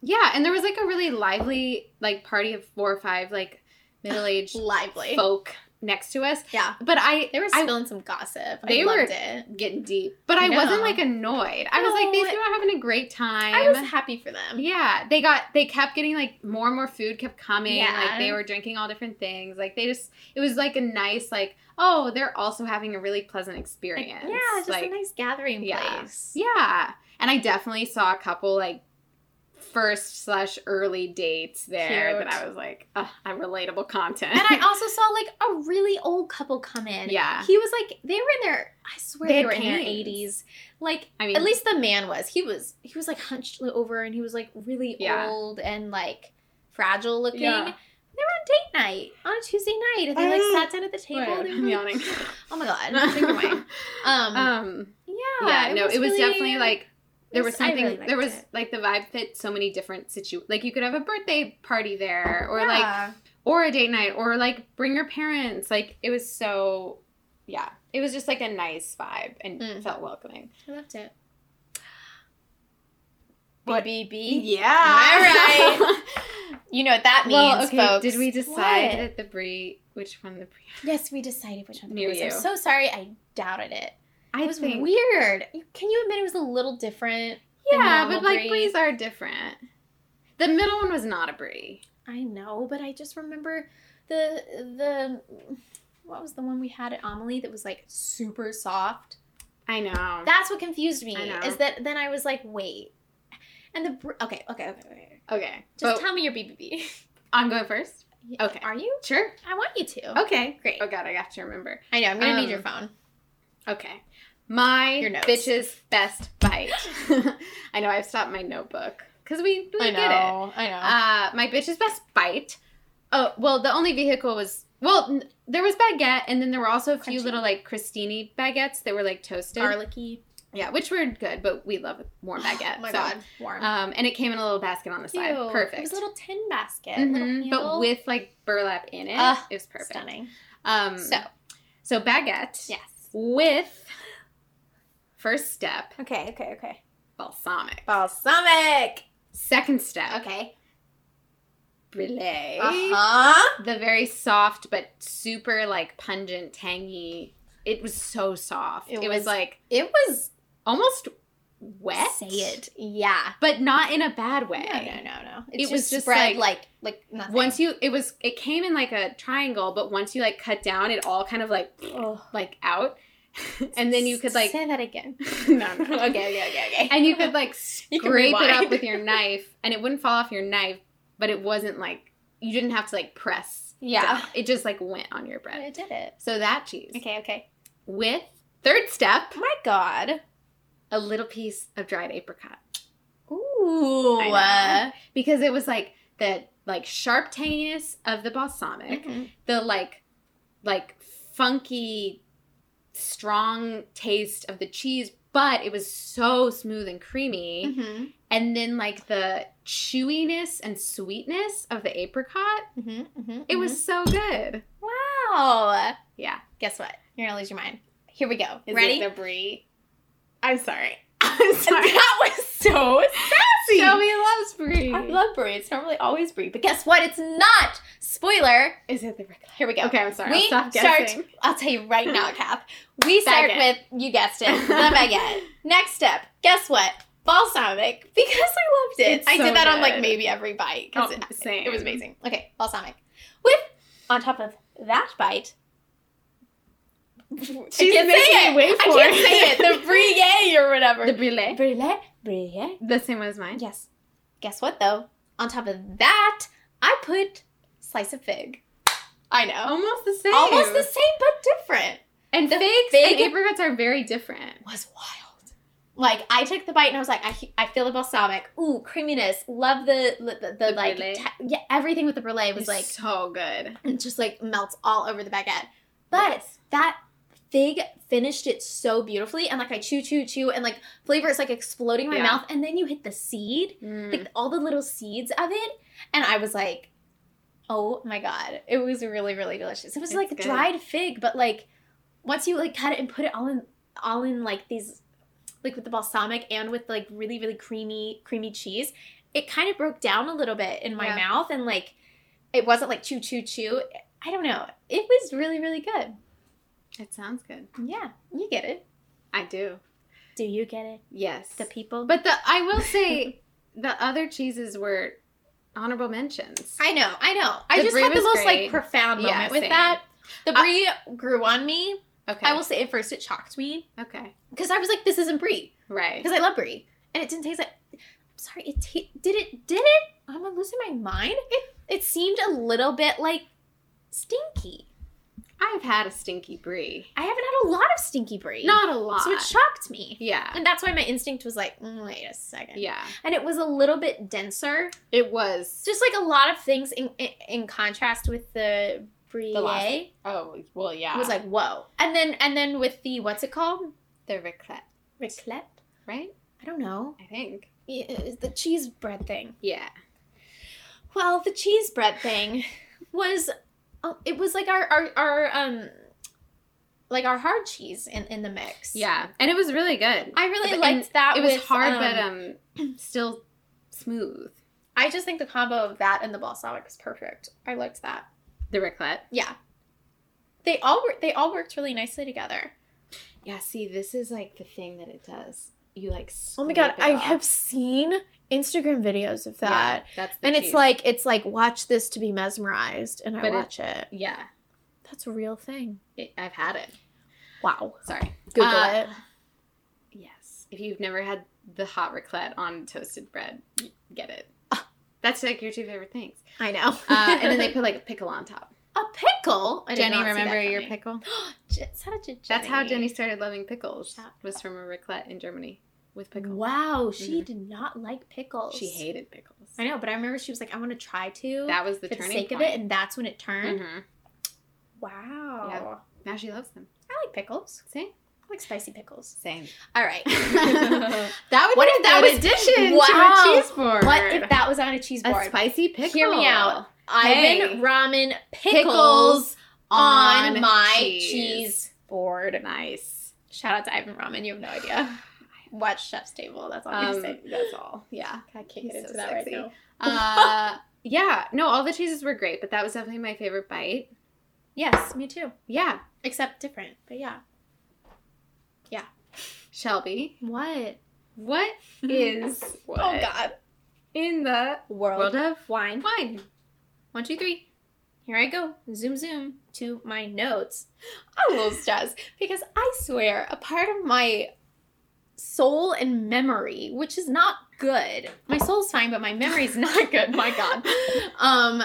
A: Yeah, and there was like a really lively like party of four or five like middle aged
B: lively.
A: folk next to us.
B: Yeah,
A: But I
B: they were
A: I-
B: spilling some gossip.
A: They
B: I
A: were-
B: loved it.
A: getting deep. But I
B: No.
A: wasn't like annoyed. I was like,
B: No,
A: these
B: it-
A: people are having a great time.
B: I was happy for them.
A: yeah, they got they kept getting like more and more food kept coming.
B: Yeah.
A: Like they were drinking all different things. Like they just it was like a nice like oh they're also having a really pleasant
B: Like,
A: experience.
B: yeah, just a nice gathering
A: Yeah.
B: place.
A: Yeah. And I definitely saw a couple like first slash early dates there
B: Cute.
A: that I was like, Ugh, I'm relatable content.
B: And I also saw like a really old couple come in.
A: Yeah.
B: He was like, they were in their, I
A: swear
B: they
A: were
B: were in their
A: Indians.
B: eighties. Like
A: I mean,
B: at least the man was. He was he was like hunched over and he was like really
A: Yeah.
B: old and like fragile looking.
A: Yeah.
B: They were on date night on a Tuesday night and they like
A: Oh.
B: sat down at the table.
A: Wait,
B: They
A: I'm
B: were,
A: yawning.
B: Oh my god, drink your wine. Um,
A: um,
B: yeah,
A: yeah, no, it was
B: really-
A: definitely like there
B: it
A: was
B: I
A: something.
B: really
A: there
B: liked
A: was
B: it.
A: like the vibe fit so many different situ. Like you could have a birthday party there, or like
B: Yeah.
A: or a date night, or like bring your parents. Like it was so, yeah, it was just like a nice vibe and
B: Mm.
A: felt welcoming.
B: I loved it.
A: What-
B: BBB.
A: All right.
B: You know what that means,
A: well, okay.
B: folks.
A: Did we decide
B: What?
A: that the brie? Which one the brie?
B: Yes, we decided which one. the
A: Knew
B: brie was. I'm
A: you.
B: so sorry. I doubted it.
A: I
B: It was weird. You- Can you admit it was a little different? than
A: Yeah,
B: normal
A: but like
B: brie?
A: brees are different. The middle one was not a brie.
B: I know, but I just remember the the what was the one we had at Amelie that was like super soft.
A: I know.
B: That's what confused me.
A: I know.
B: Is that then I was like, wait, and the br- okay, okay, okay, okay.
A: okay.
B: Just
A: Just
B: tell me your BBB.
A: I'm going first. Okay.
B: Are you?
A: Sure.
B: I want you to.
A: Okay.
B: Great.
A: Oh god, I have to remember.
B: I know. I'm gonna
A: Um,
B: need your phone.
A: Okay. My
B: Your notes.
A: bitch's best bite. I know I've stopped my notebook because we, we
B: I
A: get it.
B: know. I know.
A: Uh, my bitch's best bite. Oh well, the only vehicle was well, n- there was baguette, and then there were also a few
B: Crunchy.
A: little like Christini baguettes that were like toasted.
B: garlicky.
A: Yeah, which were good, but we love warm baguette.
B: Oh my
A: so.
B: god, warm.
A: Um, and it came in a little basket on the side.
B: Cute.
A: Perfect.
B: It was a little tin basket, little
A: Mhm, but
B: handle.
A: with like burlap in it.
B: Ugh,
A: it was perfect.
B: stunning. Mm.
A: Um,
B: So
A: so baguette
B: yes.
A: with first step
B: Okay. Okay. Okay.
A: balsamic.
B: Balsamic.
A: Second step
B: Okay.
A: brulee.
B: huh.
A: The very soft but super like pungent, tangy. It was so soft. It,
B: It
A: was,
B: was
A: like
B: It was
A: almost wet.
B: Say it. Yeah.
A: but not in a bad
B: No,
A: way.
B: no, no, no.
A: It was just like-
B: spread like like, nothing.
A: Once you, it was, it came in like a triangle, but once you like cut down, it all kind of like like out, and then you could like
B: say that again.
A: no no
B: okay,
A: okay,
B: okay, okay, okay.
A: and you could like
B: You can
A: scrape it up
B: rewind.
A: with your knife, and it wouldn't fall off your knife, but it wasn't like you didn't have to like press.
B: yeah.
A: down. it just like went on your bread.
B: I did it.
A: So that cheese
B: Okay, okay.
A: with third step,
B: My God.
A: a little piece of dried apricot
B: Ooh.
A: I because it was like the like sharp tanginess of the balsamic,
B: Mhm.
A: the like like funky strong taste of the cheese but it was so smooth and creamy
B: Mhm.
A: and then like the chewiness and sweetness of the apricot
B: Mhm. Mhm.
A: Mm-hmm. it was so good
B: mhm. wow.
A: yeah
B: Guess what? You're gonna lose your mind. Here we go.
A: Is
B: Ready?
A: it the brie i'm sorry i'm sorry
B: That was so sassy.
A: Shelby loves brie
B: I love brie. It's normally always brie, but guess what? It's not. Spoiler.
A: is it the regular
B: Here we go.
A: okay i'm sorry
B: We
A: I'll stop
B: start-
A: guessing.
B: I'll tell you right now, Cap. We start
A: Baguette.
B: with you guessed it, the baguette. Next step, guess what? Balsamic, because I loved it.
A: It's
B: I
A: so
B: did that on like
A: good.
B: maybe every bite because
A: Oh,
B: it,
A: same.
B: it was amazing. Okay, balsamic with on top of that bite. She's
A: She's making me
B: it.
A: wait
B: I
A: for
B: can't
A: it.
B: say it. The brie or whatever.
A: the brulee
B: brulee, brulee.
A: the same one as mine
B: Yes. Guess what though? On top of that, I put slice of fig. I know.
A: almost the same
B: Almost the same but different.
A: and
B: the
A: figs
B: fig-
A: and apricots are very different
B: Was wild. Like I took the bite and I was like, I, I feel the balsamic. Ooh, creaminess. Love the the, the,
A: The
B: like
A: brulee.
B: te- yeah everything with the brulee was
A: It's
B: like
A: so good
B: just like melts all over the baguette. But that fig finished it so beautifully and like I chew chew chew and like flavor is like exploding in my
A: Yeah.
B: mouth and then you hit the seed
A: Mm.
B: like all the little seeds of it and i was like oh my god it was really really delicious it was
A: It's
B: like
A: good.
B: dried fig but like once you like cut it and put it all in all in like these like with the balsamic and with like really really creamy creamy cheese it kind of broke down a little bit in my
A: Yeah.
B: mouth and like it wasn't like chew chew chew i don't know it was really really good
A: it sounds good
B: yeah you get it
A: i do
B: do you get it
A: yes
B: the people
A: But the I will say the other cheeses were honorable mentions.
B: I know, I know. I
A: The
B: just
A: brie
B: had the
A: was
B: most
A: great.
B: like profound
A: Yeah,
B: moment with
A: same.
B: that. The
A: I-
B: brie grew on me.
A: okay.
B: I will say at first it shocked me
A: okay.
B: because I was like, "This isn't brie,"
A: Right.
B: because I love brie, and it didn't taste like. I'm sorry, it ta- did it did it. I'm losing my mind. It, it seemed a little bit like stinky.
A: I've had a stinky brie.
B: I haven't had a lot of stinky brie.
A: Not a lot.
B: So it shocked me.
A: yeah.
B: And that's why my instinct was like, "Mm, wait a second.
A: Yeah.
B: And it was a little bit denser.
A: It was.
B: It's just like a lot of things in in, in contrast with the brie.
A: The last- Oh, well, yeah.
B: was like, whoa. And then and then with the what's it called?
A: the raclette,
B: Raclette?
A: right?
B: I don't know.
A: I think.
B: Yeah, it's The cheese bread thing.
A: Yeah.
B: Well, the cheese bread thing was oh, it was like our our, our um like our hard cheese in, in the mix.
A: Yeah. And it was really good.
B: I really
A: And
B: liked that.
A: it was
B: with,
A: hard, but um, still smooth.
B: I just think the combo of that and the balsamic was perfect. I liked that.
A: The raclette.
B: Yeah, they all were. They all worked really nicely together.
A: Yeah. See, this is like the thing that it does. You like.
B: Oh my
A: scrape
B: god,
A: it
B: I
A: off.
B: have seen Instagram videos of
A: Yeah,
B: that,
A: that's the
B: and it's
A: cheese.
B: like it's like watch this to be mesmerized, and I
A: But it-
B: watch it.
A: Yeah.
B: That's a real thing.
A: It, I've had it.
B: Wow.
A: Sorry.
B: Google
A: Uh,
B: it.
A: Yes. If you've never had the hot raclette on toasted bread, get it. That's like your two favorite things.
B: I know.
A: Uh, and then they put like a pickle on top.
B: a pickle. I did
A: Jenny,
B: not see
A: remember
B: that
A: your
B: coming.
A: pickle?
B: Je- shout out to
A: That's how Jenny started loving pickles.
B: Shout-
A: Was from a raclette in Germany with pickles.
B: Wow, she did not like pickles.
A: She hated pickles.
B: I know, but I remember she was like, I want to try to
A: That was the
B: for the Mm-hmm.
A: turning
B: sake
A: point.
B: of it, and that's when it turned.
A: Mhm.
B: Wow.
A: Now she loves them.
B: I like pickles.
A: Same.
B: I like spicy pickles.
A: Same.
B: All right.
A: that would
B: What
A: be
B: if
A: a
B: that
A: good
B: was-
A: addition to
B: Wow.
A: a cheese board?
B: what if that was on a cheese
A: a
B: board?
A: spicy pickle?
B: Hear me out.
A: Hey.
B: Ivan ramen pickles,
A: Pickles
B: on, my
A: cheese.
B: cheese. board.
A: Nice.
B: Shout out to Ivan Ramen. You have no idea. Watch Chef's Table. That's all I'm
A: Um,
B: gonna say.
A: that's all. Yeah.
B: I can't
A: he's
B: get into
A: so
B: that
A: sexy.
B: right now.
A: Uh, yeah. No, all the cheeses were great, but that was definitely my favorite bite.
B: Yes, me too.
A: Yeah.
B: Except different, but yeah.
A: Shelby,
B: What
A: what is what
B: Oh God.
A: in the
B: World,
A: world of
B: wine.
A: wine?
B: One, two, three. Here I go. Zoom, zoom to my notes. I'm a little stressed because I swear a part of my soul and memory, which is not good. My soul's fine, but my memory's not good. My God. Um,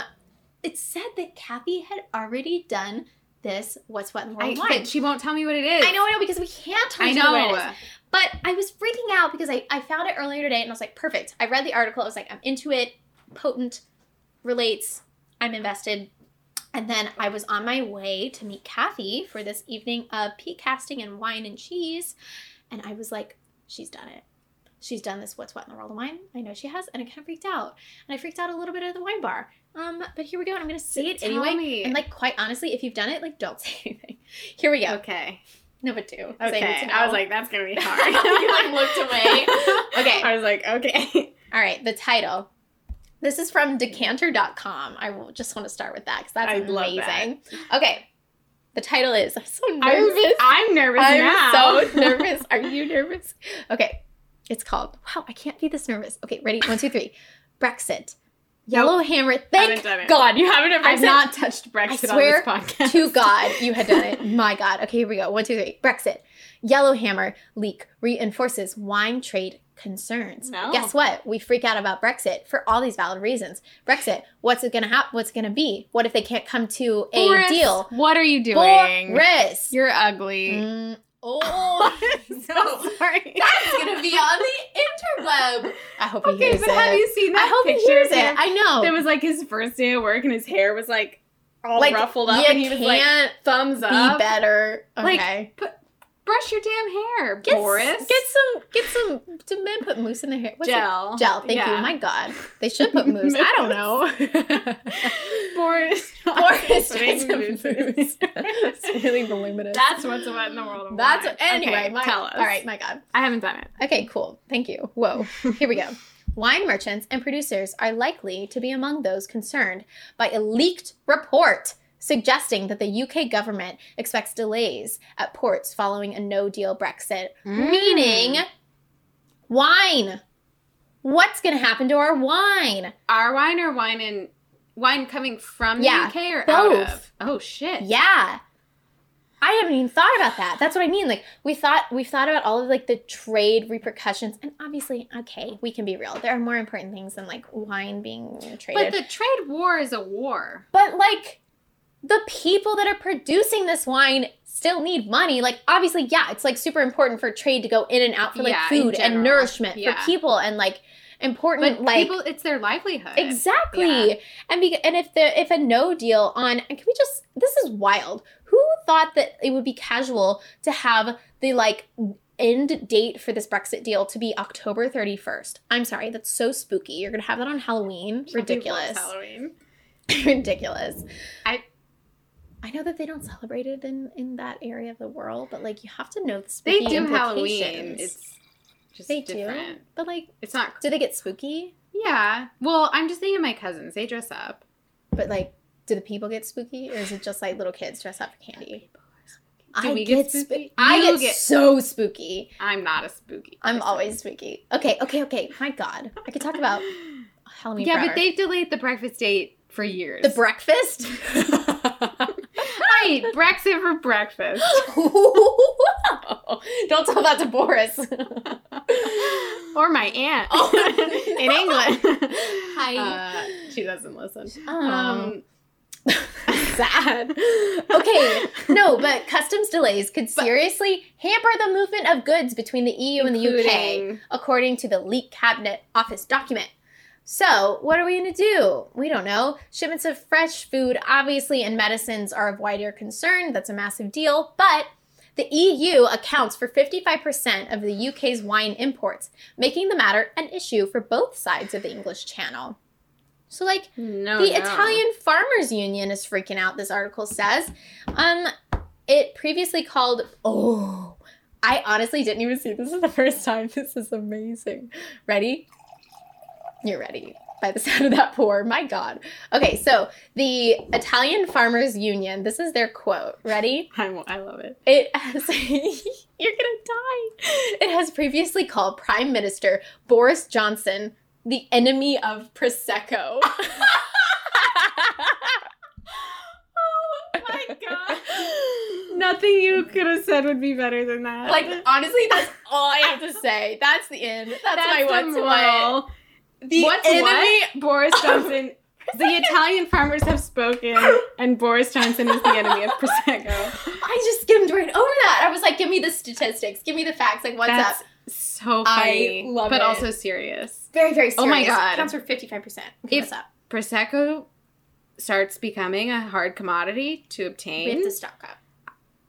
B: it said that Kathy had already done this. What's what in the
A: I,
B: world wine?
A: but she won't tell me what it is.
B: I know, I know, because we can't talk
A: I
B: to you about
A: know.
B: it. But I was freaking out because I, I found it earlier today and I was like, perfect. I read the article. I was like, I'm into it, potent, relates, I'm invested. And then I was on my way to meet Kathy for this evening of peat casting and wine and cheese. And I was like, she's done it. She's done this What's What in the World of Wine. I know she has. And I kind of freaked out. And I freaked out a little bit at the wine bar. Um, but here we go. And I'm going to say it
A: Tell
B: anyway.
A: me.
B: And like, quite honestly, if you've done it, like, don't say anything. Here we go.
A: Okay.
B: No, but do. 'cause need
A: Okay.
B: to
A: I was
B: know.
A: like, that's gonna be
B: You,
A: hard.
B: like, looked away. Okay.
A: I was like, okay.
B: All right, the title. This is from decanter.com. I will- just want to start with that because that's
A: I love
B: amazing.
A: that.
B: Okay, the title is I'm so
A: I'm,
B: nervous.
A: I'm nervous now.
B: I'm so nervous. Are you nervous? Okay, it's called Wow, I can't be this nervous. Okay, ready? One, two, three. Brexit. Yellowhammer. Thank
A: done it.
B: God you haven't
A: I've
B: Brexit.
A: not touched
B: I
A: Brexit
B: swear
A: on this podcast.
B: to God, you had done it. My God. Okay, here we go. One, two, three. Brexit. Yellowhammer leak reinforces wine trade concerns.
A: No.
B: Guess what? We freak out about Brexit for all these valid reasons. Brexit. What's it gonna happen? What's it gonna be? What if they can't come to a
A: Boris,
B: deal?
A: What are you doing?
B: Boris.
A: You're ugly.
B: Mm, oh,
A: so sorry.
B: that's gonna be on the interweb. I hope he
A: Okay,
B: hears
A: but
B: it.
A: have you seen that
B: I hope he
A: picture
B: hears
A: of him?
B: it. I know.
A: It was like his first day at work, and his hair was like all
B: like
A: ruffled up,
B: you
A: and he was like,
B: can't
A: "Thumbs
B: be
A: up,
B: better.
A: Like,
B: Okay.
A: brush your damn hair,
B: Get,
A: Boris."
B: Get some. Get some. Do men put mousse in their hair? What's it-
A: gel,
B: Gel. Thank you.
A: Yeah.
B: My God, they should put mousse. I don't know.
A: Boris.
B: Boris
A: Putting
B: put some
A: mousse
B: mousse.
A: in his hair.
B: it's really voluminous.
A: That's what's what in the world. Of
B: That's
A: wine.
B: anyway.
A: Okay,
B: my,
A: tell us.
B: All right. My God.
A: I haven't done it.
B: Okay. Cool. Thank you. Whoa. Here we go. Wine merchants and producers are likely to be among those concerned by a leaked report suggesting that the UK government expects delays at ports following a no deal Brexit meaning wine. What's going to happen to our wine?
A: our wine or wine and wine coming from
B: Yeah,
A: the UK or out
B: both.
A: of? Oh shit.
B: Yeah. I haven't even thought about that. That's what I mean. Like we thought we've thought about all of like the trade repercussions and obviously, okay, we can be real. There are more important things than like wine being
A: But
B: traded.
A: the trade war is a war.
B: But like the people that are producing this wine still need money. Like obviously, yeah, it's like super important for trade to go in and out for like
A: Yeah, in
B: food and
A: general.
B: nourishment
A: Yeah.
B: for people and like important
A: But
B: like
A: people, it's their livelihood.
B: Exactly.
A: Yeah.
B: And be, and if the if a no deal on and can we just this is wild. Who thought that it would be casual to have the like end date for this Brexit deal to be October 31st? I'm sorry, that's so spooky. You're going to have that on Halloween? Ridiculous.
A: Halloween.
B: Ridiculous.
A: I-
B: I know that they don't celebrate it in in that area of the world, but like you have to know the
A: They
B: spooky
A: do Halloween.
B: implications.
A: It's just
B: they
A: different.
B: do. But like
A: It's not.
B: do they get spooky?
A: Yeah. Well, I'm just thinking of my cousins. They dress up.
B: But like, do the people get spooky, or is it just like little kids dress up for candy?
A: Do
B: I
A: we
B: get,
A: get
B: spooky.
A: spooky?
B: I
A: You
B: get,
A: get-
B: so spooky.
A: I'm not a spooky.
B: I'm
A: person.
B: always spooky. Okay, okay, okay. My God, I could talk about Halloween.
A: yeah,
B: forever.
A: but they've delayed the breakfast date for years.
B: the breakfast.
A: I eat Brexit for breakfast.
B: Don't tell that to Boris.
A: or my aunt
B: Oh.
A: in England.
B: Hi.
A: Uh, she doesn't listen.
B: um,
A: Um,
B: sad. Okay, no, but customs delays could
A: But-
B: seriously hamper the movement of goods between the EU and the UK.
A: Including-
B: according to the leaked cabinet office document. So, what are we going to do? We don't know. Shipments of fresh food, obviously, and medicines are of wider concern. That's a massive deal. But the EU accounts for 55% of the UK's wine imports, making the matter an issue for both sides of the English Channel. So, like,
A: No,
B: the
A: Oh, no.
B: Italian Farmers Union is freaking out, this article says. Um, it previously called, oh, I honestly didn't even see this is the first time. This is amazing. Ready? You're ready by the sound of that pour. My God. Okay, so the Italian Farmers Union, this is their quote. Ready?
A: I, I love it.
B: It has, you're gonna die. It has previously called Prime Minister Boris Johnson the enemy of Prosecco.
A: Oh my god. Nothing you could have said would be better than that.
B: Mm-hmm. like, honestly, that's all I have to say. That's the end. That's, my
A: the
B: what's what.
A: moral.
B: The
A: what's
B: enemy-
A: what? Boris Johnson. the Italian farmers have spoken, and Boris Johnson is the enemy of Prosecco.
B: I just skimmed right over that. I was like, give me the statistics, give me the facts. Like, what's
A: That's
B: up?
A: so
B: I
A: funny,
B: love
A: but
B: it.
A: also serious.
B: Very, very
A: Oh my
B: serious.
A: God.
B: Accounts for 55%. Okay,
A: If-
B: what's up?
A: Prosecco starts becoming a hard commodity to obtain.
B: We have to stock up.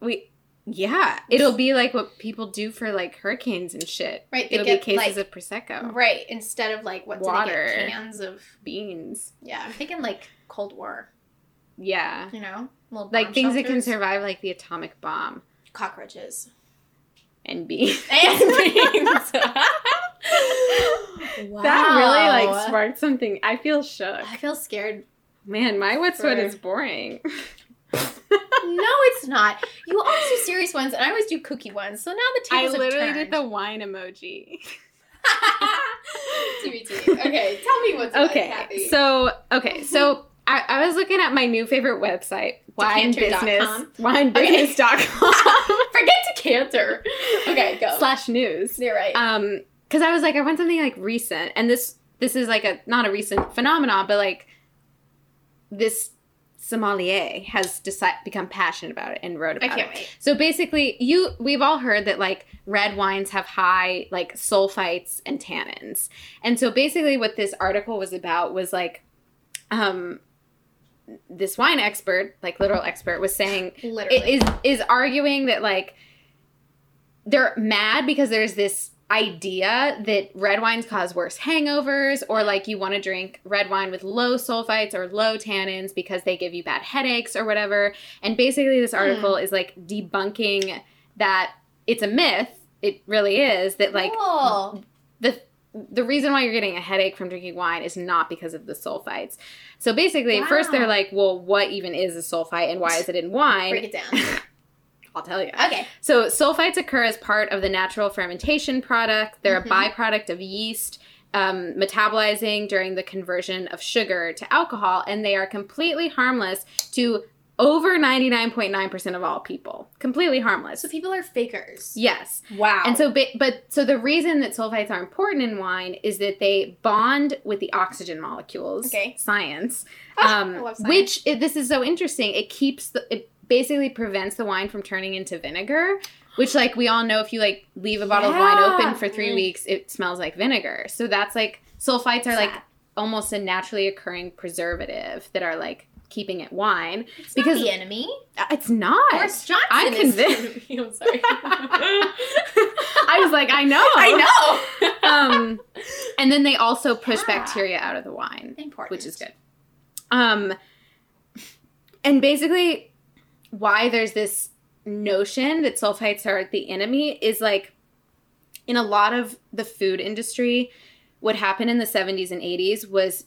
A: We- yeah, it'll be like what people do for like hurricanes and shit.
B: Right, they
A: It'll
B: get,
A: be cases
B: like, Mm-hmm.
A: of Prosecco,
B: Right, instead of like, what
A: Oh. Water.
B: do they get? Cans of
A: beans.
B: Yeah, I'm thinking like Cold War,
A: Yeah.
B: you know? Little
A: Like
B: bomb
A: things that can
B: shelters.
A: survive like the atomic bomb
B: cockroaches.
A: and beans.
B: And beans. wow.
A: That really like sparked something. I feel shook.
B: I feel scared.
A: Man, my what's what
B: For-
A: is boring.
B: No, it's not. You always do serious ones, and I always do cookie ones. So now the
A: I
B: tables have
A: literally
B: turned.
A: did the wine emoji.
B: TBT. Okay, tell me what's what,
A: okay,
B: Kathy.
A: so okay, so I, I was looking at my new favorite website, wine business,
B: Decanter.com?
A: winebusiness.com
B: forget to canter. Okay, go.
A: slash news.
B: You're right.
A: Um, because I was like, I want something like recent, and this this is like a not a recent phenomenon, but like this sommelier has decided become passionate about it and wrote
B: I
A: about it.
B: can't wait.
A: So basically, you we've all heard that like red wines have high like sulfites and tannins. And so basically what this article was about was like um this wine expert, like literal expert was saying
B: Literally.
A: it is is arguing that like they're mad because there's this idea that red wines cause worse hangovers or like you want to drink red wine with low sulfites or low tannins because they give you bad headaches or whatever and basically this article is like debunking that it's a myth it really is that like
B: Cool.
A: the the reason why you're getting a headache from drinking wine is not because of the sulfites so basically at first
B: Wow.
A: they're like well what even is a sulfite and why is it in wine
B: break it down.
A: I'll tell you.
B: Okay.
A: So sulfites occur as part of the natural fermentation product. They're a
B: Mhm.
A: byproduct of yeast um, metabolizing during the conversion of sugar to alcohol, and they are completely harmless to over 99.9% of all people. Completely harmless.
B: So people are fakers.
A: Yes.
B: Wow.
A: And so, but, but so the reason that sulfites are important in wine is that they bond with the oxygen molecules.
B: Okay.
A: Science.
B: Ah,
A: Um,
B: I love science.
A: Which it, this is so interesting. It keeps the it basically prevents the wine from turning into vinegar. Which, like we all know, if you like leave a bottle of wine
B: Yeah.
A: open for three
B: Mm.
A: weeks, it smells like vinegar. So that's like sulfites are like
B: Sad.
A: almost a naturally occurring preservative that are like keeping it wine.
B: It's
A: because-
B: not the enemy.
A: Uh, It's not.
B: Boris Johnson.
A: I'm
B: is the
A: convinced.
B: enemy. I'm sorry.
A: I was like, I know. Oh.
B: I know.
A: um, and then they also push
B: Yeah.
A: bacteria out of the wine,
B: Important.
A: which is good. Um, and basically, why there's this notion that sulfites are the enemy is like in a lot of the food industry, what happened in the 70s and 80s was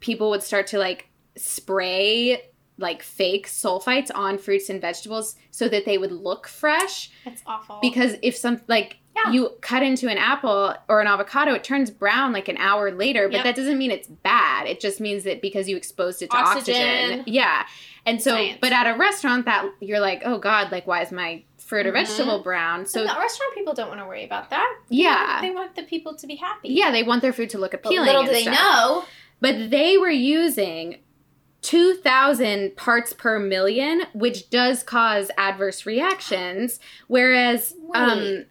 A: people would start to like spray like fake sulfites on fruits and vegetables so that they would look fresh
B: That's awful.
A: because if some like
B: Yeah.
A: you cut into an apple or an avocado it turns brown like an hour later but
B: Yep.
A: that doesn't mean it's bad it just means that because you exposed it to oxygen,
B: Oxygen.
A: yeah and so
B: Science.
A: but at a restaurant that you're like oh god like why is my fruit or
B: Mhm.
A: vegetable brown so
B: so the restaurant people don't want to worry about that.
A: yeah
B: They want the people to be happy.
A: yeah they want their food to look
B: But
A: appealing
B: little do
A: and
B: they
A: stuff.
B: know.
A: but they were using 2000 parts per million which does cause adverse reactions whereas um
B: Wait.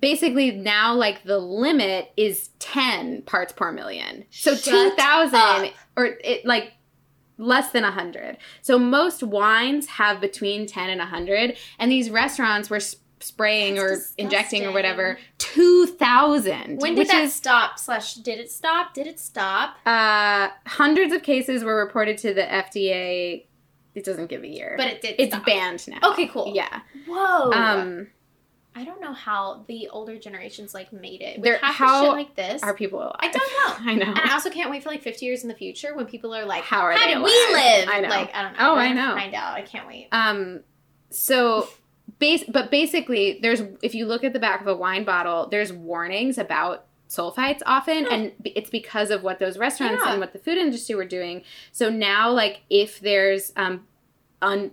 A: basically now like the limit is 10 parts per million so
B: Shut
A: 2000
B: up.
A: or it like less than 100 so most wines have between 10 and 100 and these restaurants were sp- spraying
B: That's
A: or injecting or
B: disgusting.
A: whatever 2000
B: When
A: which
B: did that
A: is
B: stop? Slash, did it stop? Did it stop?
A: uh, hundreds of cases were reported to the FDA. It doesn't give a year,
B: But it did.
A: it's
B: stop.
A: banned now.
B: Okay, cool. Oh,
A: Yeah.
B: Whoa.
A: Um,
B: I don't know how the older generations like made it.
A: They're-
B: With half
A: how
B: the shit like this.
A: are people alive?
B: I don't know.
A: I know.
B: And I also can't wait for like 50 years in the future when people are like,
A: How are they
B: did
A: alive?"
B: we live?
A: I know.
B: Like, I don't know.
A: Oh,
B: We're
A: I
B: gonna
A: know.
B: Find out. I can't wait.
A: Um, so, base, but basically, there's if you look at the back of a wine bottle, there's warnings about sulfites often,
B: Huh.
A: and b- it's because of what those restaurants
B: Yeah.
A: and what the food industry were doing. So now, like, if there's um, un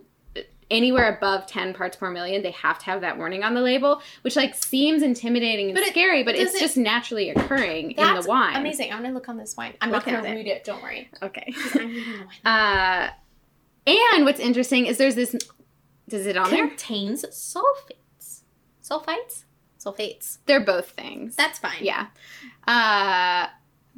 A: anywhere above 10 parts per million they have to have that warning on the label which like seems intimidating and
B: But it-
A: scary but it's
B: doesn't-
A: just naturally occurring in the
B: That's
A: wine
B: Amazing. I'm going to look on this wine. I'm
A: Look at
B: not going to
A: it.
B: read it. Don't worry.
A: okay
B: 'Cause I'm reading the wine.
A: uh and what's interesting is there's this does it on there
B: Contains sulfates. Sulfites? Sulfates.
A: they're both things
B: That's fine.
A: Yeah. Uh,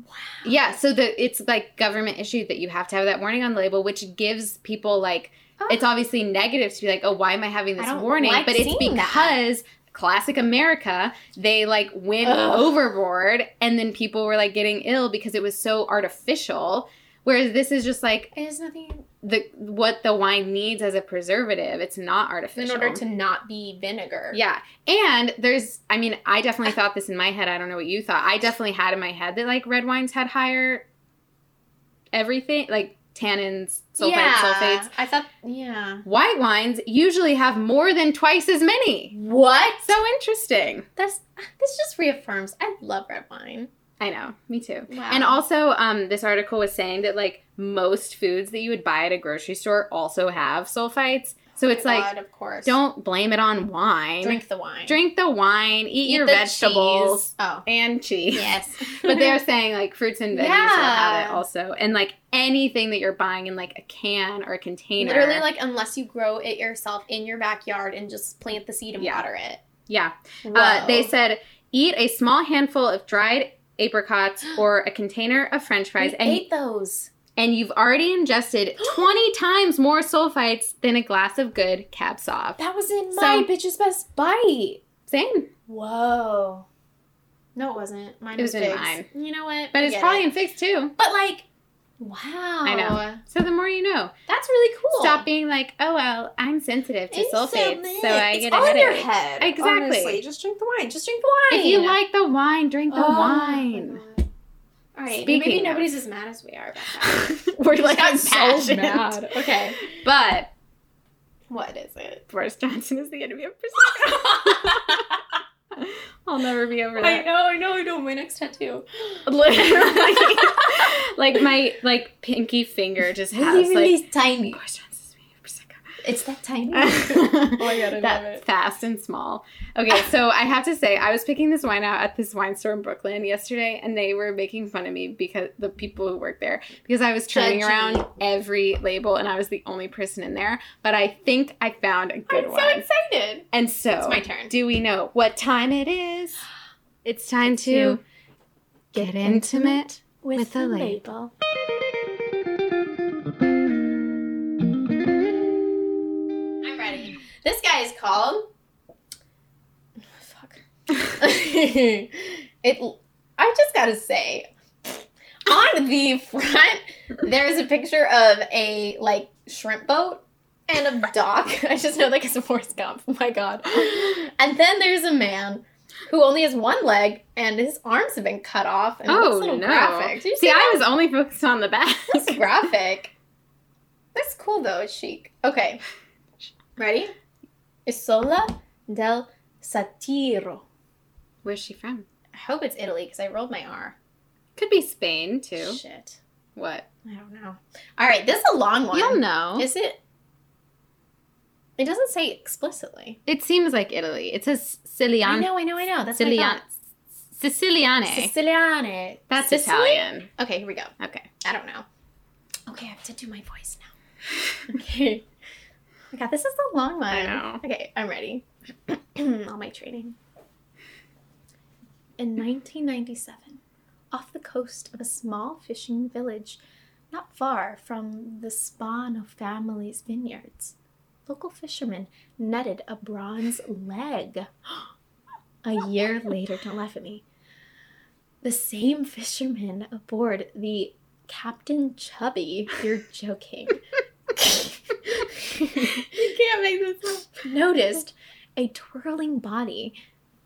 B: Wow.
A: yeah. So the it's like government issued that you have to have that warning on the label, which gives people like
B: Oh.
A: it's obviously negative to be like, oh, why am I having
B: I
A: this
B: don't
A: warning?
B: like
A: but it's
B: seeing that.
A: because classic America, they like went
B: Ugh.
A: overboard, and then people were like getting ill because it was so artificial. Whereas this is just like
B: It is nothing
A: the what the wine needs as a preservative. It's not artificial.
B: in order to not be vinegar.
A: Yeah. And there's, I mean, I definitely thought this in my head. I don't know what you thought. I definitely had in my head that like red wines had higher everything, like tannins, sulfites, sulfates.
B: I thought, yeah.
A: White wines usually have more than twice as many.
B: What?
A: So interesting.
B: That's this just reaffirms. I love red wine.
A: I know. Me too.
B: Wow.
A: And also, um, this article was saying that like most foods that you would buy at a grocery store also have sulfites. So it's like,
B: of course,
A: don't blame it on wine. Drink,
B: drink the wine.
A: the wine, eat, your
B: the
A: vegetables.
B: cheese. Oh,
A: And cheese.
B: yes.
A: but they're saying like fruits and veggies will have it
B: Yeah.
A: also, and like anything that you're buying in like a can or a container.
B: literally like unless you grow it yourself in your backyard and just plant the seed and
A: Yeah.
B: water it.
A: yeah.
B: Whoa.
A: Uh, they said eat a small handful of dried apricots or a container of French
B: we
A: fries, and
B: ate those.
A: and you've already ingested twenty times more sulfites than a glass of good cab sauv.
B: That was in
A: So-
B: my bitch's best bite.
A: Same,
B: Whoa. No, it wasn't. Mine
A: It
B: was,
A: was in
B: figs.
A: mine.
B: You know what?
A: but it's
B: Forget
A: probably
B: it.
A: in figs too.
B: But like, wow.
A: I know. So the more you know.
B: That's really cool.
A: Stop being like, oh well, I'm sensitive to
B: It's
A: sulfates,
B: mad.
A: so I
B: It's
A: get a
B: all in
A: headache.
B: your head.
A: Exactly.
B: Honestly, just drink the wine. Just drink the wine.
A: If you like the wine, drink the
B: Oh, my
A: wine.
B: God. All right.
A: Speaking
B: maybe
A: of-
B: nobody's as mad as we are about that.
A: We're
B: We
A: like
B: got
A: impassioned.
B: Okay.
A: But
B: What is it?
A: Boris Johnson is the enemy of Priscilla. I'll never be over
B: I
A: that.
B: know. I know. I know. My next tattoo.
A: Literally, like my like pinky finger just has like
B: tiny.
A: Boris Johnson's the enemy of Priscilla.
B: It's that tiny.
A: oh
C: my God, I love it.
A: Fast and small. Okay, so I have to say, I was picking this wine out at this wine store in Brooklyn yesterday, and they were making fun of me because the people who work there, because I was turning
B: Judgy.
A: around every label, and I was the only person in there. But I think I found a good
B: I'm
A: one.
B: so excited.
A: and so,
B: It's my turn.
A: do we know what time it is? It's time to get intimate.
B: With,
A: With a
B: the
A: label.
B: label. I'm ready. This guy is called.
A: Oh,
B: Fuck. it. I just gotta say, on the front, there's a picture of a like shrimp boat and a dock. I just know like it's a Forrest Gump. Oh my god. And then there's a man who only has one leg and his arms have been cut off. And it looks a
A: Oh
B: little
A: no!
B: graphic. Did you see,
A: See, I
B: that?
A: was only focused on the back.
B: It's graphic. That's cool though. It's chic. Okay. Ready? Isola del Satiro.
A: Where's she from?
B: I hope it's Italy because I rolled my R.
A: Could be Spain too.
B: Shit.
A: What?
B: I don't know. All right, this is a long one.
A: You'll know.
B: Is it? It doesn't say explicitly.
A: It seems like Italy. It says
B: I
A: Sicilian.
B: know, I know, I know. That's what I
A: Sicilian.
B: thought.
A: Siciliane.
B: Siciliane.
A: That's
B: Sicily?
A: Italian.
B: Okay, here we go.
A: Okay.
B: I don't know. Okay, I have to do my voice now. Okay. Oh my God, this is a long one.
A: I know.
B: Okay, I'm ready. All my training. In 1997, off the coast of a small fishing village not far from the Spano family's vineyards, local fishermen netted a bronze leg. A year later, don't laugh at me. The same fishermen aboard the Captain Chubby. You're joking.
A: You can't make this up.
B: noticed a twirling body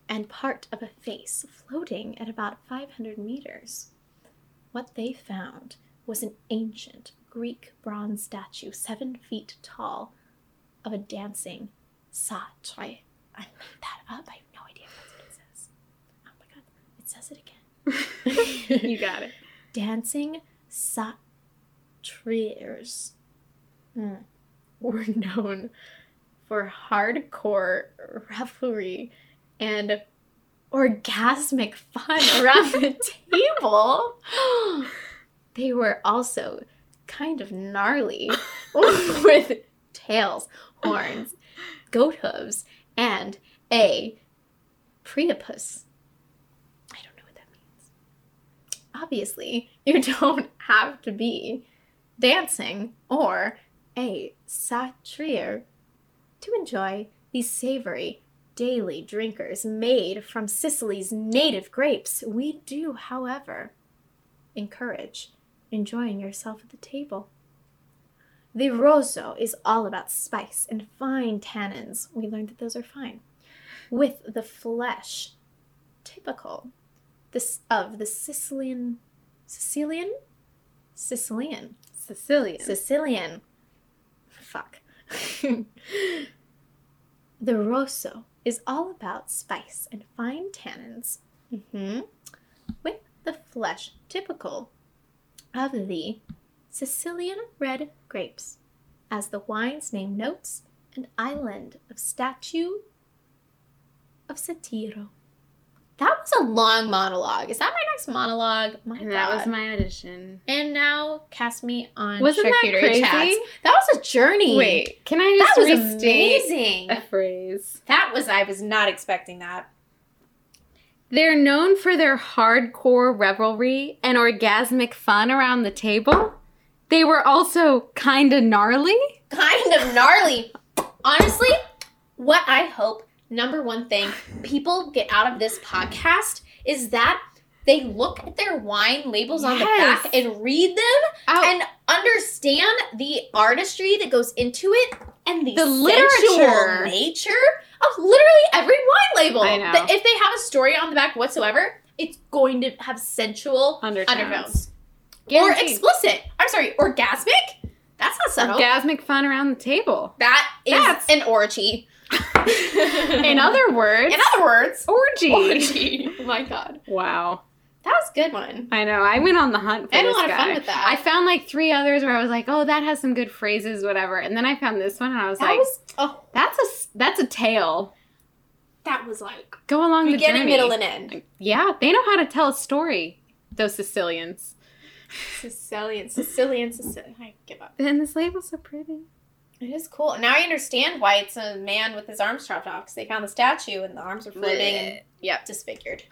B: and part of a face floating at about 500 meters. What they found was an ancient Greek bronze statue, seven feet tall, of a dancing satyr. I made that up. I have no idea if that's what it says. Oh my god, it says it again.
A: You got it.
B: dancing satyrs mm, were known for hardcore revelry and orgasmic fun around the table. They were also kind of gnarly with tails, horns, goat hooves, and a priapus. I don't know what that means. Obviously, you don't have to be dancing or a satyr to enjoy these savory daily drinkers made from Sicily's native grapes. We do, however, encourage enjoying yourself at the table. The rosso is all about spice and fine tannins. We learned that those are fine. With the flesh typical this of the Sicilian Sicilian Sicilian
A: Sicilian.
B: Sicilian. Fuck. the Rosso is all about spice and fine tannins. hmm With the flesh typical of the Sicilian red grapes, as the wine's name notes, an island of statue of Satiro. That was a long monologue. Is that my next monologue? My
A: and that
B: God.
A: was my audition.
B: And now cast me on
A: Wasn't that
B: charcuterie
A: crazy?
B: chats. That was a journey.
A: Wait, can I
B: that
A: just
B: was
A: restate
B: amazing.
A: a phrase?
B: That was I was not expecting that.
A: They're known for their hardcore revelry and orgasmic fun around the table. They were also kinda gnarly.
B: Kind of gnarly. Honestly, what I hope number one thing people get out of this podcast is that they look at their wine labels on the
A: Yes. Oh.
B: back and read them
A: Out-
B: and understand the artistry that goes into it and the,
A: The
B: sensual
A: literature.
B: nature of literally every wine label.
A: I know.
B: That if they have a story on the back whatsoever, it's going to have sensual
A: Undertones.
B: undertones. Or
A: Guaranteed.
B: explicit. I'm sorry, orgasmic? That's not subtle.
A: orgasmic fun around the table.
B: that is
A: That's-
B: an orgy.
A: In other words,
B: In other words,
A: orgy.
B: My God.
A: Wow.
B: That was a good one.
A: I know. I went on the hunt for
B: I had a
A: this
B: lot
A: guy.
B: of fun with that.
A: I found like three others where I was like, "Oh, that has some good phrases, whatever." And then I found this one, and I was
B: that
A: like,
B: was oh,
A: "That's a s- that's a tale.
B: that was like
A: Go along the
B: beginning,
A: journey."
B: middle, and end.
A: yeah, they know how to tell a story. Those Sicilians.
B: Sicilian, Sicilian, Sicilian. I give up.
A: And this label's so pretty.
B: It is cool. Now I understand why it's a man with his arms chopped off because they found the statue and the arms were floating and
A: Yep.
B: disfigured.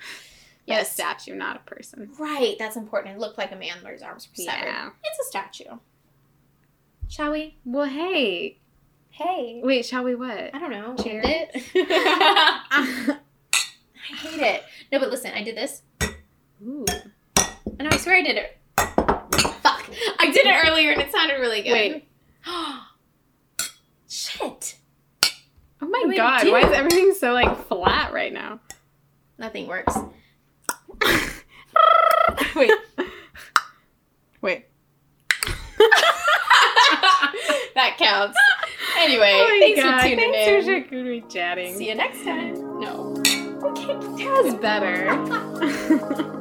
A: Yeah, a
B: Yes.
A: statue, not a person.
B: Right, that's important. It looked like a man where his arms were severed.
A: Yeah.
B: It's a statue. Shall we?
A: Well, hey.
B: Hey.
A: Wait, shall we what?
B: I don't know.
A: Cheers.
B: End it. I hate it. No, but listen, I did this.
A: Ooh.
B: And I swear I did it. Fuck. I did it earlier and it sounded really good.
A: Wait.
B: Shit.
A: Oh my
B: What do we
A: god,
B: do?
A: why is everything so like flat right now?
B: Nothing works.
A: Wait. Wait.
B: that counts. Anyway,
A: Oh my
B: thanks
A: God,
B: for tuning
A: thanks for
B: in.
A: Charcuterie chatting.
B: See you next time. No.
A: That was better.